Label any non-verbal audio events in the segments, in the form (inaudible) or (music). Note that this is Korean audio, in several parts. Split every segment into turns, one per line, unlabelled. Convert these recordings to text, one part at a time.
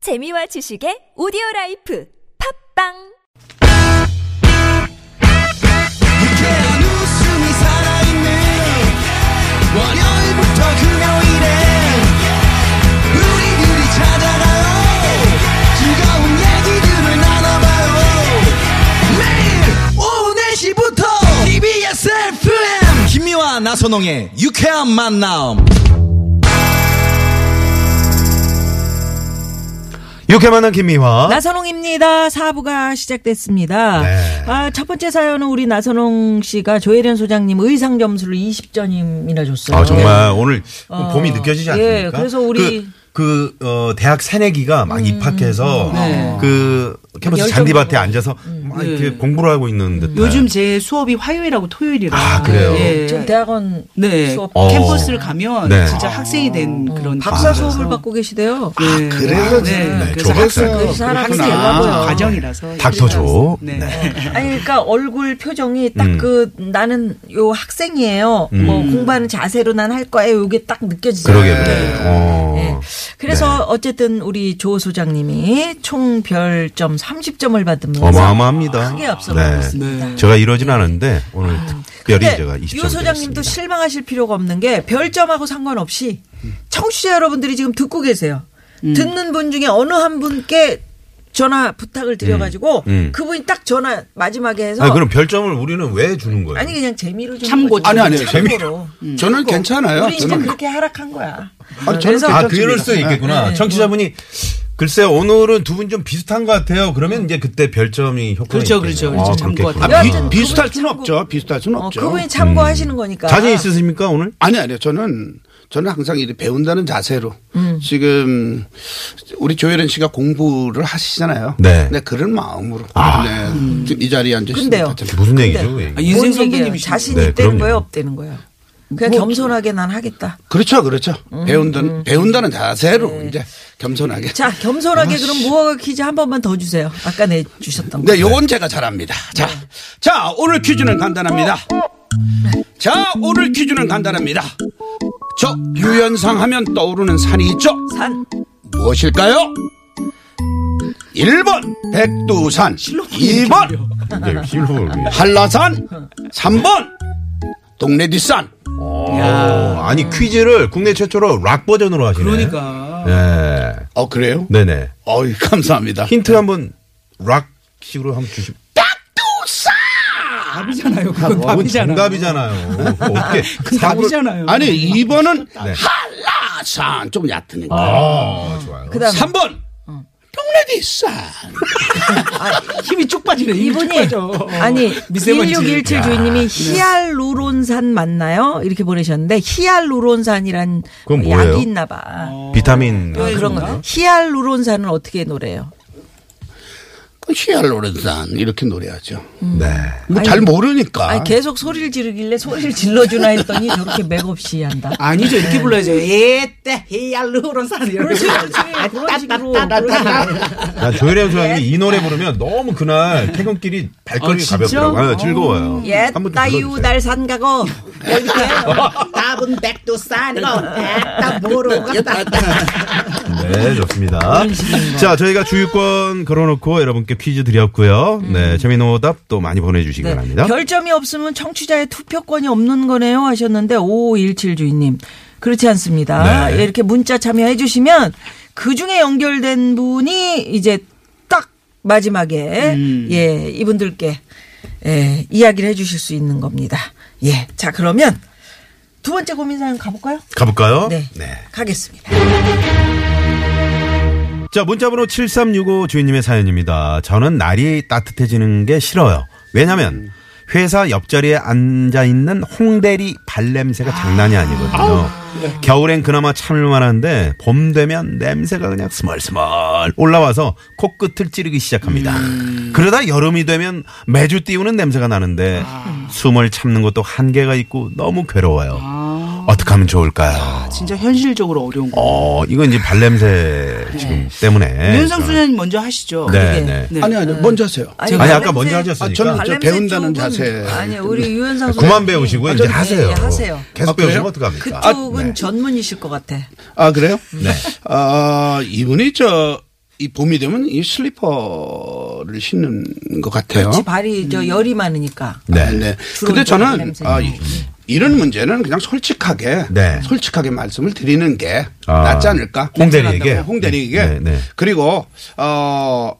재미와 지식의 오디오 라이프 팝빵!
유쾌한 웃음이 살아있는 월요일부터 금요일에 우리들이 찾아가요 즐거운 얘기들을 나눠봐요 매일 오후 4시부터 TBS FM 김미와 나선홍의 유쾌한 만남
이렇게 만난 김미화.
어? 나선홍입니다. 사부가 시작됐습니다.
네.
아, 첫 번째 사연은 우리 나선홍 씨가 조혜련 소장님 의상 점수를 20점이나 줬어요.
아, 정말 오늘 좀
어,
봄이 느껴지지
예,
않습니까?
그래서 우리- 음,
그, 그, 어, 대학 새내기가 막 입학해서
네. 음,
그 캠퍼스
열정
잔디밭에
부분.
앉아서 막 이렇게 공부를 하고 있는 듯한. 네.
요즘 제 수업이 화요일하고 토요일이라.
아, 그래요?
예.
지금 대학원
네. 아.
수업
어.
캠퍼스를 가면
네. 아,
진짜 학생이 된 그런
박사
느낌이라서.
수업을 받고 계시대요.
네.
그래서 지금
네.
네,
그래서
조박사.
학생
그래서 사람이
항상
달라요.
과정이라서
닥터조.
네.
네.
아니 그러니까 얼굴 표정이
음.
딱 그 나는 요 학생이에요. 뭐 공부하는 자세로 난 할 거예요. 이게 딱 느껴지잖아요.
그러게,
네.
그래. 어.
그래서 어쨌든 우리 조 소장님이 총 별점 30점을 받으면서
어마어마합니다. 네.
크게
네.
앞서가셨습니다. 아,
제가 이러진 않았는데 오늘 특별히
근데
제가 20점.
유 소장님도 실망하실 필요가 없는 게 별점하고 상관없이 청취자 여러분들이 지금 듣고 계세요.
음.
듣는 분 중에 어느 한 분께 전화 부탁을 드려가지고
음.
그분이 딱 전화 마지막에 해서
아,
아니,
그럼 별점을 우리는 왜 주는 거예요?
그냥 재미로 좀
참고.
아니, 아니,
재미로
저는 괜찮아요.
우리 이제
저는
그렇게 하락한 거야.
아니, 저는
그래서
아,
괜찮습니다.
그럴
네.
수 있겠구나. 청취자분이 글쎄 오늘은 두 분 좀 비슷한 것 같아요. 그러면 이제 그때 별점이 효과가
그렇죠,
있겠네요.
그렇죠, 그렇죠.
아, 그렇겠구나.
참고.
아, 비,
여하튼
비슷할
그분이
수는
참고-
없죠. 비슷할 수는
어,
없죠.
그분이 참고하시는 거니까.
음.
아.
자신 있으십니까 오늘?
아니 아니요. 저는 저는 항상 이 배운다는 자세로
음.
지금 우리 조혜련 씨가 공부를 하시잖아요.
네.
근데 그런 마음으로 네. 지금 이 자리에 앉으신
근데요.
것 같아요.
무슨
근데-
얘기죠?
아,
이
뭔
인생
얘기예요?
선배님이시죠.
자신
네,
있다는
그럼요.
거예요, 없다는 거예요.
뭐
그냥 겸손하게 난 하겠다.
그렇죠, 그렇죠. 배운다는 배운다는 자세로 이제 겸손하게.
음, 네. 자,
아,
겸손하게 그럼 무허가 퀴즈 한 번만 더 주세요. 아까 내 주셨던 거.
네, 요건 제가 잘합니다. 자,
네.
자, 오늘 퀴즈는 간단합니다. 자, 오늘 퀴즈는 간단합니다. 저 유연상 하면 떠오르는 산이 있죠.
산.
무엇일까요? 1번 백두산 2번
네, 실로.
한라산 3번 동네 뒷산
어, 아니 퀴즈를 국내 최초로 락 버전으로 하시네.
그러니까.
네,
어 그래요?
네네.
어이 감사합니다
힌트
네.
한번 락식으로 한번 주시.
답이잖아요. 그건
어, 그건
답이잖아요. (laughs)
정답이잖아요. 그거 어떻게?
네. 그건 답이잖아요.
아니 2번은
네.
한라산 좀 얕으니까
아, 좋아요.
그다음
3번 동네 뒷산
힘이 쭉 빠지네. 힘이 쭉
이분이 (laughs)
빠져.
어,
아니
미세먼지.
1617 주인님이 히알루론산 맞나요? 이렇게 보내셨는데 히알루론산이란
그건 뭐예요?
약이 있나 봐.
비타민.
네,
아,
그런 거. 히알루론산은 어떻게 노래요?
히알로렌산 이렇게 노래하죠
네.
뭐 잘 모르니까
아니 계속 소리를 지르길래 소리를 질러주나 했더니 저렇게 맥없이 한다.
아니죠. 이렇게 불러야죠. 예때 히알루론산 이런 아,
그렇지,
거.
그렇지.
아,
그런 식으로. 그런 식으로.
나 아, 조혜련 소장님이 이 노래 부르면 너무 그날 퇴근길이 발걸음이
아, 진짜?
가볍더라고요. 아, 즐거워요.
음, 옛
한번 좀
따유
불러주세요.
날산 가고
답은 백두산이고
네.
백다 모르겠다.
네, 좋습니다. 자, 저희가 주유권 걸어놓고 여러분께 퀴즈 드렸고요. 네, 재미있는 오답 또 많이 보내주시기
음. 네.
바랍니다.
별점이 없으면 청취자의 투표권이 없는 거네요 하셨는데 5517 주인님 그렇지 않습니다.
네.
예, 이렇게 문자 참여해 주시면 그 중에 연결된 분이 이제 딱 마지막에
음.
예 이분들께 예, 이야기를 해 주실 수 있는 겁니다. 예, 자 그러면 두 번째 고민 사연 가볼까요?
가볼까요?
네, 가겠습니다.
예. 자, 문자번호 7365 주인님의 사연입니다. 저는 날이 따뜻해지는 게 싫어요. 왜냐면 회사 옆자리에 앉아있는 홍대리 발냄새가
아.
장난이 아니거든요. 겨울엔 그나마 참을만한데 봄 되면 냄새가 그냥 스멀스멀 올라와서 코끝을 찌르기 시작합니다.
음.
그러다 여름이 되면 매주 띄우는 냄새가 나는데
아.
숨을 참는 것도 한계가 있고 너무 괴로워요. 어떻게 하면 좋을까요?
아. 진짜 현실적으로 어려운 거.
어, 이건 이제 발냄새 지금
네.
때문에.
윤상 소장님 먼저 하시죠.
네, 네.
네.
아니 아니 먼저 하세요
아니, 아까 먼저 하셨으니까.
아, 저는 저
발냄새
배운다는
쪽은-
자세.
아니요, 우리 유현상
그만
소장님이-
배우시고
아,
이제
저는-
하세요.
예, 예, 하세요.
계속
아, 그래요?
배우시면 어떡합니까?
그쪽은
아, 네.
전문이실 것 같아.
아 그래요? 네. 아 이분이 저 이 봄이 되면 이 슬리퍼를 신는 것 같아요.
어?
그렇지, 발이
음.
저 열이 많으니까.
네.
네.
주로
근데
이제
저는
냄새.
아, 이- 이런 문제는 그냥 솔직하게
네.
솔직하게 말씀을 드리는 게
아,
낫지 않을까?
홍 대리에게?
네, 홍 대리에게.
네, 네.
그리고 어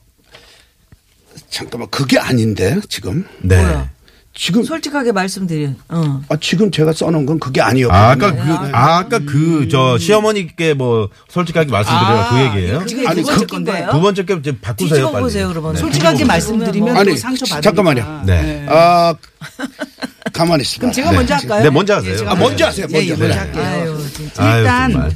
잠깐만 그게 아닌데 지금
네.
뭐야?
지금
솔직하게 말씀드린. 어.
아, 지금 제가 써놓은 건 그게 아니었거든요.
아, 아까 그, 아, 아까 그, 저, 시어머니께 뭐, 솔직하게 말씀드리라 그 얘기예요?
지금
아니,
두 번째
그-
건 거예요?
두 번째 게 이제 바꾸세요,
뒤집어
빨리.
보세요, 그러면.
네.
솔직히
솔직하게
음.
말씀드리면
아니,
또 상처 받으니까.
잠깐만요.
네.
아 가만히 있어. 봐.
제가
네.
먼저 할까요?
네, 먼저 하세요.
제가
아, 먼저 하세요.
예,
먼저.
예, 먼저
네.
할게요.
아유, 진짜.
아유,
일단
정말.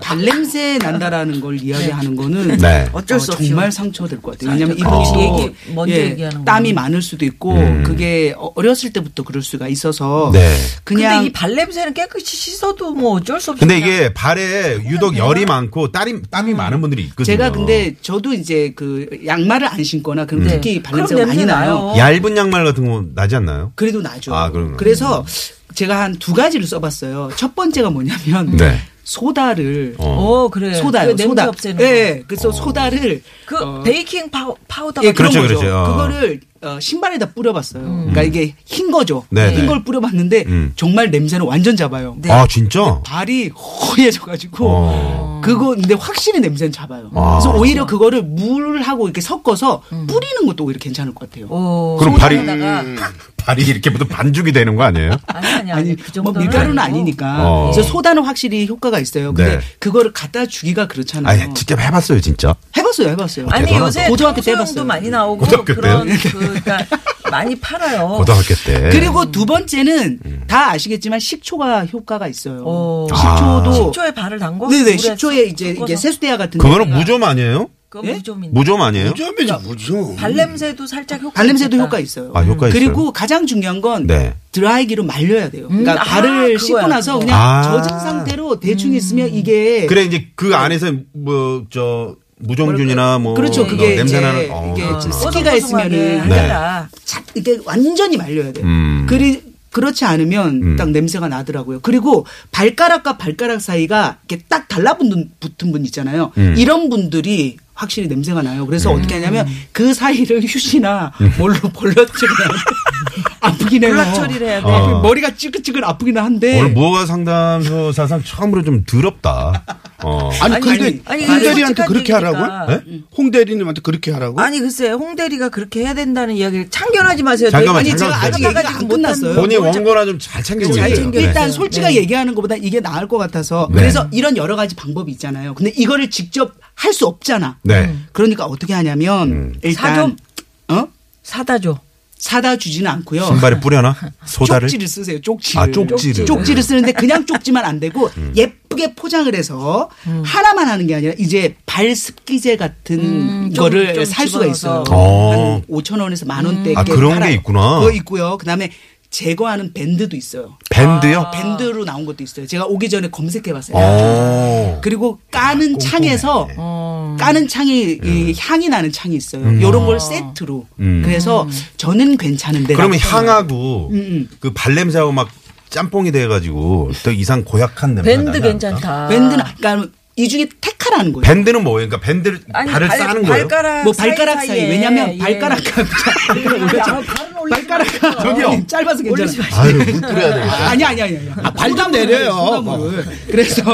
발냄새 난다라는 걸 이야기하는 거는
네.
어쩔 수
어,
없이.
정말 상처될 것 같아요. 왜냐하면
상처.
이분이
어.
얘기-
먼저
예,
얘기하는
땀이
거는.
많을 수도 있고 그게 어- 어렸을 때부터 그럴 수가 있어서
음. 네.
그냥
근데 이 발냄새는 깨끗이 씻어도 뭐 어쩔 수 없이.
근데
그냥
이게 발에 유독 열이 많고, 땀이, 땀이 많은 분들이 있거든요.
제가 근데 저도 이제 그 양말을 안 신거나 그럼 특히 발냄새가
네. 그럼
많이
냄새
나요.
나요.
얇은 양말 같은 거 나지 않나요?
그래도 나죠.
아, 그러면.
어.
그래서 제가 한 두 가지를 써봤어요. 첫 번째가 뭐냐면
네.
소다를
어, 그래.
소다요.
그 냄새
소다.
없애는
예.
거.
예. 그래서 소다를
그
어,
베이킹 파우, 파우더가
예, 그런
그렇죠,
거죠.
그렇죠. 어.
그거를 어, 신발에다 뿌려봤어요.
음.
그러니까 이게 흰 거죠.
네, 네.
흰 걸 뿌려봤는데
음.
정말 냄새는 완전 잡아요.
아, 진짜?
발이 허해져가지고
어.
그거 근데 확실히 냄새는 잡아요.
아.
그래서 오히려 그거를 물하고 이렇게 섞어서
음.
뿌리는 것도 오히려 괜찮을 것 같아요. 뭐
어,
그럼 발이,
소다에다가
(laughs) 발이 이렇게 무슨 반죽이 되는 거 아니에요?
아니 아니 아니
아니,
그
뭐
정도는
밀가루는
아니고.
아니니까.
어.
그래서 소다는 확실히 효과가 있어요. 근데
네.
그거를 갖다 주기가 그렇잖아요.
아니, 네. 직접 해봤어요, 진짜.
해봤어요, 해봤어요.
아니
뭐 대단하다.
요새
고등학교 때
청소용도
해봤어요.
많이 나오고
고등학교
그런
때요?
그, 그러니까 많이 팔아요.
고등학교 때.
어. 그리고 두 번째는
음.
다 아시겠지만 식초가 효과가 있어요.
어.
아,
식초도
식초에 발을 담궈.
네네
물에
식초에 이제
섞어서.
이게 세수대야 같은
그거는
데다가
무좀 아니에요?
그건 뭐
예?
무좀인데.
무좀 아니에요?
무좀이지 무좀.
발냄새도 살짝 효과.
발냄새도
있겠다.
효과 있어요.
아, 효과 있어요?
그리고 가장 중요한 건
네.
드라이기로 말려야 돼요. 그러니까
아,
발을
그거야,
씻고 나서
그거. 음.
그냥
아.
젖은 상태로 대충 있으면 이게
그래 이제 그 안에서 뭐 저 무정균이나 뭐
그렇죠. 그게
냄새
이제
나는 어,
이게
그렇구나.
습- 습기가 있으면은
네.
네.
하잖아.
착 이게 완전히 말려야 돼요.
음.
그리 그렇지 않으면 딱 냄새가 나더라고요. 그리고 발가락과 발가락 사이가 이렇게 딱 달라붙는 붙은 분 있잖아요. 이런 분들이 확실히 냄새가 나요. 그래서 어떻게 하냐면 그 사이를 (laughs) 휴지나 뭘로 벌러치면 (laughs) 아프긴 해요.
블락 처리를 해야 돼.
네.
어.
머리가 찌글찌글 아프긴 한데
오늘 무허가 상담소 사상 처음으로 좀 더럽다. 어.
아니,
아니,
근데
아니,
홍
이게
대리한테
솔직한
그렇게
얘기니까.
하라고?
네?
홍 대리님한테 그렇게 하라고?
아니 글쎄 홍 대리가 그렇게 해야 된다는 이야기를 참견하지 마세요.
네.
잠깐만,
아니
잠깐만
제가 아직
기다려.
얘기가 안
안 끝났어요.
끝났어요.
본인 원고나 좀 잘 챙기고
잘
계세요.
챙겨. 일단 솔직하게 얘기하는 것보다 이게 나을 것 같아서
네.
그래서 이런 여러 가지 방법이 있잖아요. 근데 이거를 직접 할 수 없잖아.
네. 음.
그러니까 어떻게 하냐면 일단 어?
사다 줘.
사다 주지는 않고요.
신발에 뿌려나 소다를
쪽지를 쓰세요.
음.
쪽지를.
아, 쪽지를. 음.
쪽지를 쓰는데 그냥 쪽지만 안 되고 예쁘게 포장을 해서
음.
하나만 하는 게 아니라 이제 발 습기제 같은
음, 좀,
거를
좀
살 수가 있어요.
집어넣어서.
어.
한 5천 원에서 만 원대.
아, 그런 게 있구나.
그거 있고요. 그다음에 제거하는 밴드도 있어요.
밴드요?
아.
아. 밴드로 나온 것도 있어요. 제가 오기 전에 검색해봤어요.
어.
그리고 까는 창에서
어.
까는 창이
음.
이 향이 나는 창이 있어요.
아.
이런 걸 세트로.
음.
그래서 저는 괜찮은데.
그러면
라고
향하고 그 발냄새하고 막 짬뽕이 돼가지고 더 이상 고약한 냄새.
밴드 괜찮다.
밴드는 아까 이 중에 테카라는 거예요.
밴드는 뭐예요? 그러니까 밴드를 발을 싸는 거예요?
발가락
뭐 발가락 사이,
사이사이에.
왜냐면
예. (laughs)
발가락과
야, 발은 올리지
발가락 어,
저기요.
짧아서 괜찮아요.
아유 물 뿌려야 되겠다.
아니 아니 아니 아니.
발좀 내려요.
소나무를. (laughs) 그래서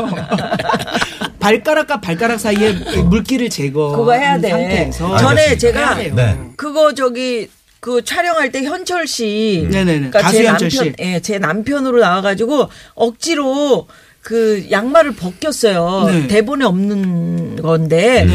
발가락과 발가락 사이에 물기를 제거.
그거 해야 돼.
상태에서
전에 제가
해야 돼요.
네.
그거 저기 그 촬영할 때 현철 씨,
네네네.
그러니까
가수
제
현철
남편,
씨.
예, 제 남편으로 나와가지고 억지로 그 양말을 벗겼어요.
네.
대본에 없는 건데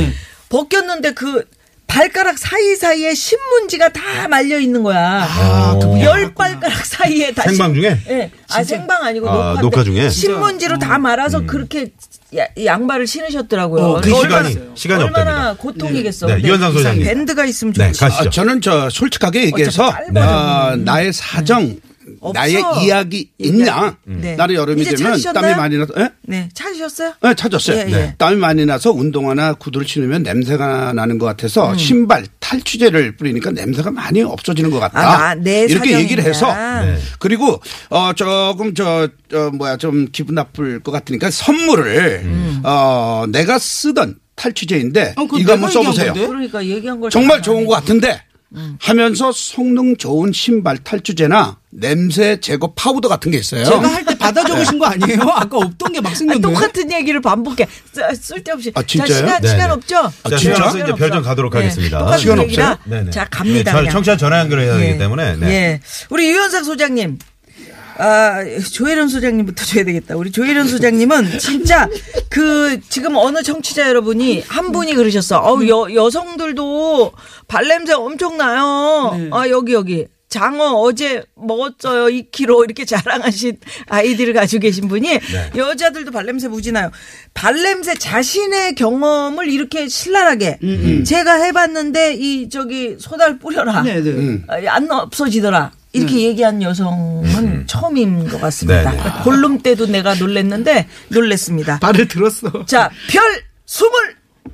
벗겼는데 그 발가락 사이 사이에 신문지가 다 말려 있는 거야.
아, 그분이
열 발가락 사이에 다
생방 중에?
예, 아 생방 아니고
아,
녹화인데
녹화 중에? 음.
신문지로 다 말아서 그렇게 야- 양말을 신으셨더라고요.
음. 어, 그
그러니까
시간이-
얼마나-
시간이
얼마나 고통이겠어.
네,
근데
유현상 소장님.
밴드가 있으면
네,
좋지.
가시죠.
아, 저는 저 솔직하게 얘기해서
짧아졌네.
아, 나의 사정,
음. 없어.
나의 이야기 있냐?
네.
나는 여름이
이제
되면
찾으셨나요?
땀이 많이 나서 예?
네, 찾으셨어요?
네, 찾았어요.
예, 예.
땀이 많이 나서 운동화나 구두를 신으면 냄새가 나는 것 같아서
음.
신발 탈취제를 뿌리니까 냄새가 많이 없어지는 것 같다.
아, 나- 내
이렇게
사정이구나.
얘기를 해서
네.
그리고 어 조금 저,
음.
저 뭐야 좀 기분 나쁠 것 같으니까 선물을 어 내가 쓰던 탈취제인데
어, 그거
이거 한번
내가 얘기한
써보세요.
건데?
그러니까 얘기한 걸
정말
잘
좋은
알아요.
것 같은데 하면서 성능 좋은 신발 탈취제나 냄새 제거 파우더 같은 게 있어요.
제가 할 때 받아 적으신 거 (laughs) 아니에요? 아까 없던 게 막
아,
생겼네.
똑같은 얘기를 반복해. 자, 쓸데없이.
아, 진짜요?
자, 시간,
네,
시간
네.
없죠?
아,
자,
진짜?
시간 없어
시간
이제 별점
없어.
가도록
네,
하겠습니다.
똑같은
시간 없어요?
얘기라
네네.
자,
네,
갑니다.
저-
그냥.
청취자 전화 연결해야 되기
예.
때문에. 네.
예. 우리 유현상 소장님. 아, 조혜련 소장님부터 줘야 되겠다. 우리 조혜련 소장님은 진짜 그 지금 어느 청취자 여러분이 한 분이 그러셨어. 어우, 여, 여성들도 발냄새 엄청나요.
네.
아, 여기, 여기. 장어 어제 먹었어요. 2kg 이렇게 자랑하신 아이디를 가지고 계신 분이
네.
여자들도 발냄새 무지나요. 발냄새 자신의 경험을 이렇게 신랄하게
음,
제가 해봤는데 이 저기 소달 뿌려라.
네, 네.
아, 안 없어지더라.
음.
이렇게 얘기한 여성은 처음인 것 같습니다.
네네.
골룸 때도 내가 놀랬는데 놀랬습니다.
발을 들었어.
자, 별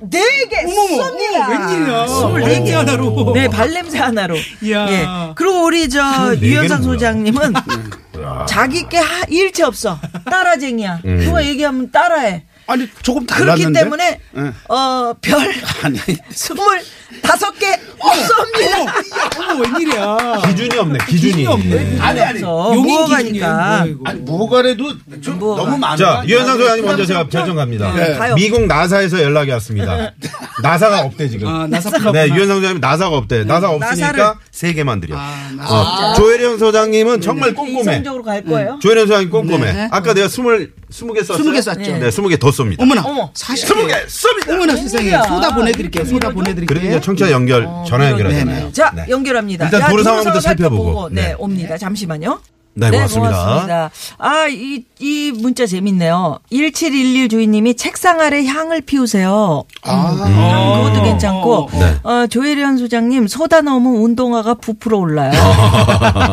24개
어머머,
쏩니다.
어머, 웬일이야. 24개 하나로.
네, 발냄새 하나로.
이야.
예. 그리고 우리 저
24 개는
유현상
뭐야?
소장님은
음.
자기 게 하- 일체 없어. 따라쟁이야.
음.
누가 얘기하면 따라해.
아니 조금
그렇기
달랐는데.
때문에
예.
어, 별 (laughs)
아니
25개 쏩니다.
어머 웬일이야.
기준이 없네. 기준이.
아니 아니
그래서
용인
무어가니까
기준이에요. 뭐야,
아니 무가래도 좀
무허가.
너무 많아.
자, 유현상 소장님 먼저 제가 별점 갑니다.
네. 가요.
미국 나사에서 연락이 왔습니다. 나사가 없대 지금.
이거. 아 나사 플라.
네, 유현상 소장님 나사가 없대. 나사
네, 나사를- 아, 네,
없으니까 세 개만 드려. 어, 조혜련 소장님은 정말 꼼꼼해. 음.
이성적으로 갈 거예요?
조혜련 소장님 꼼꼼해.
네.
아까 내가 스물 스무 개 썼어요.
20개 쐈죠.
네, 스무 개 더 쏩니다.
어머나.
어머.
40개.
쏩니다.
어머나 세상에.
웬일이야.
소다 보내드릴게요. 소다
그래도
네.
보내드릴게요.
이제 청취자 연결 전화 연결하잖아요.
어, 자
네.
연결합니다.
일단
야,
도로
도로
상황부터
상황
살펴보고.
살펴보고, 네,
네.
옵니다. 잠시만요.
네, 고맙습니다.
아이 이 문자 재밌네요. 1711 주인님이 책상 아래 향을 피우세요.
아,
어.
음, 그것도 괜찮고
네.
어, 조혜련 소장님 소다 넣으면 운동화가 부풀어
(laughs)
올라요.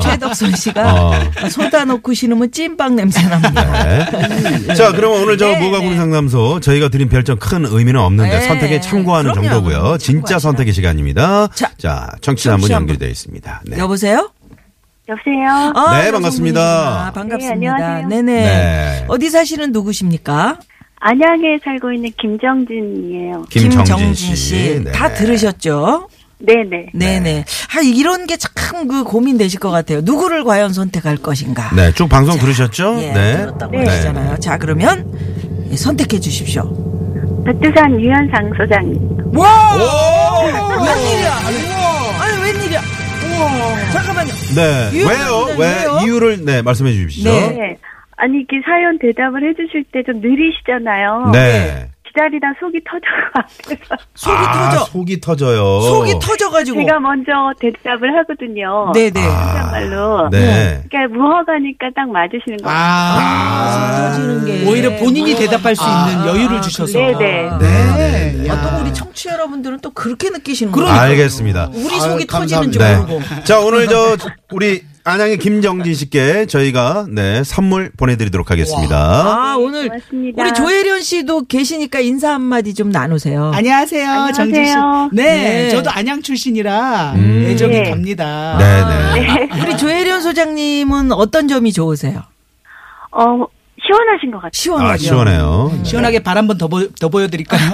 최덕선 씨가
어.
소다 넣고 신으면 찐빵 냄새 납니다.
네. 자, 그러면 오늘 저
네,
모가군
네.
상담소 저희가 드린 별점 큰 의미는 없는데
네.
선택에 참고하는
그럼요.
정도고요. 진짜
참고하시라.
선택의 시간입니다.
자,
자, 청취자 한 분
청취자 한
연결되어 있습니다. 네.
여보세요?
여보세요.
아,
네, 반갑습니다.
여성분이시구나. 반갑습니다.
안녕하세요.
네,
네.
네 어디 사시는 누구십니까?
안양에 살고 있는 김정진이에요.
김정진 씨. 네.
다 들으셨죠?
네네.
네네. 아, 이런 게 참 그 고민되실 것 같아요. 누구를 과연 선택할 것인가?
네, 쭉 방송 들으셨죠?
예,
네.
들었다고
네.
하시잖아요. 자, 그러면 예, 선택해 주십시오.
백두산 유현상 소장님.
웬일이야? 아니, 웬일이야? 잠깐만요.
네.
이유는
왜요?
뭐냐,
왜
왜요?
이유를 네, 말씀해 주십시오.
네.
네. 아니 이게 사연 대답을 해주실 때 좀 느리시잖아요.
네.
기다리다 속이
(laughs)
터져서
속이
아,
터져.
속이 터져요.
속이 터져가지고.
제가 먼저 대답을 하거든요.
네네.
그야말로.
네.
그러니까 무허가니까 딱 맞으시는 거. 같아요.
아.
터지는 게.
오히려 본인이 대답할 수 있는 여유를 주셔서.
네네.
네, 네, 네.
아, 또 우리 청취 자 여러분들은 또 그렇게 느끼시는 거예요.
그러니까요.
알겠습니다.
우리 속이 터지는 줄
네.
모르고.
자, 오늘 저 우리 안양의 김정진 씨께 저희가 네, 선물 보내 드리도록 하겠습니다.
아, 오늘
고맙습니다.
우리 조혜련 씨도 계시니까 인사 한마디 좀 나누세요.
안녕하세요,
안녕하세요.
정진 씨. 네,
네.
저도 안양 출신이라
음.
애정이
네.
갑니다.
네, 네.
우리 조혜련 소장님은 어떤 점이 좋으세요?
어 시원하신 것 같아요.
시원하죠.
아, 시원해요.
시원하게 발 한번 더, 보, 더 (laughs) 보여드릴까요?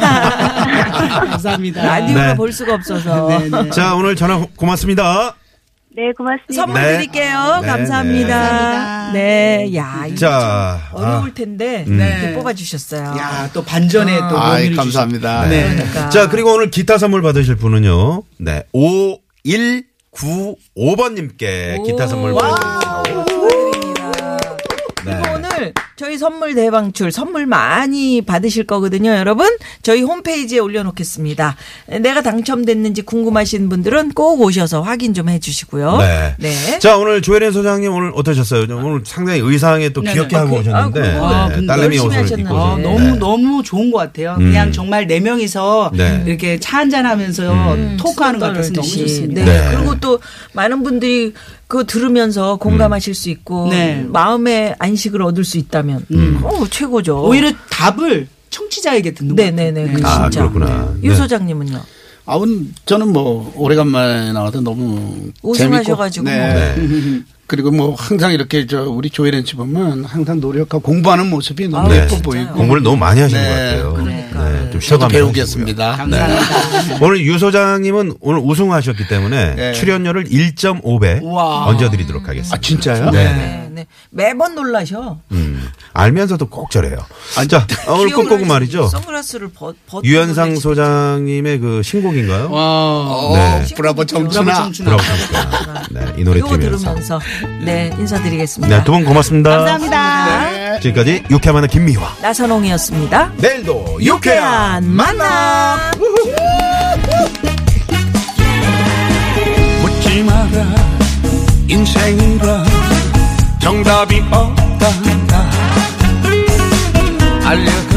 감사합니다.
라디오가
네.
볼 수가 없어서
네, 네.
자, 오늘 전화 고- 고맙습니다.
네
(laughs)
고맙습니다.
선물
네.
드릴게요.
네,
감사합니다.
네.
감사합니다.
네, 야, 이거
자, 아,
참 어려울 텐데 이렇게 뽑아주셨어요. 뭐
야, 또 반전에 또
아이,
의미를 주시-
감사합니다.
네.
그러니까.
자, 그리고 오늘 기타 선물 받으실 분은요. 네. 5195번 님께 기타 선물 받으십니다.
축하드립니다.
네.
그리고 오늘 저희 선물 대방출 선물 많이 받으실 거거든요, 여러분. 저희 홈페이지에 올려놓겠습니다. 내가 당첨됐는지 궁금하신 분들은 꼭 오셔서 확인 좀 해주시고요.
네.
네.
자, 오늘 조혜련 소장님 오늘 어떠셨어요? 오늘 상당히 의상에 또 귀엽게 하고 오셨는데.
그리고-
아,
네,
근데
딸내미
열심히
옷을
하셨네.
입고
아,
오셨는데.
너무 너무 좋은 것 같아요. 그냥 정말 네 음. 명이서
네.
이렇게 차 한잔 하면서 토크하는 것 같아서 너무 좋습니다.
네.
네.
그리고 또 많은 분들이 그거 들으면서 공감하실 수 있고
네. 음.
마음의 안식을 얻을 수 있다면 어, 최고죠.
오히려 답을 청취자에게 듣는 것 같아요.
네네네.
네.
아,
진짜.
그렇구나.
유
네.
소장님은요.
아, 아우 저는 뭐 오래간만에 나와서 너무 재밌고
우승하셔가지고
네. (laughs) 그리고 뭐 항상 이렇게 저 우리 조혜련 씨 보면 항상 노력하고 공부하는 모습이 너무
아,
예뻐
진짜요?
보이고
공부를 너무 많이 하시는
네,
것 같아요.
그러니까.
네, 좀
저도
쉬어가면서.
배우겠습니다.
감사합니다.
하시고요. 네. 오늘 유 소장님은 오늘 우승하셨기 때문에
네.
출연료를 1.5배
우와.
얹어드리도록 하겠습니다.
아 진짜요?
네.
네, 네. 매번 놀라셔.
음, 알면서도 꼭 저래요.
아,
자, 아, 오늘
기억을
어, 꼭꼭
하지.
말이죠.
선글라스를 벗, 벗
유현상 소장님의 그 신곡인가요?
어,
네.
브라보
브라보 청춘아.
청춘아.
들어보니까. 네, 이 노래
이거
들으면서.
들으면서 네 인사드리겠습니다.
네, 두 분 고맙습니다.
감사합니다.
네. 지금까지 유쾌만한 김미화.
나선홍이었습니다.
내일도
유쾌한 만남.
묻지 마라 인생이라 정답이 없단다 알려줘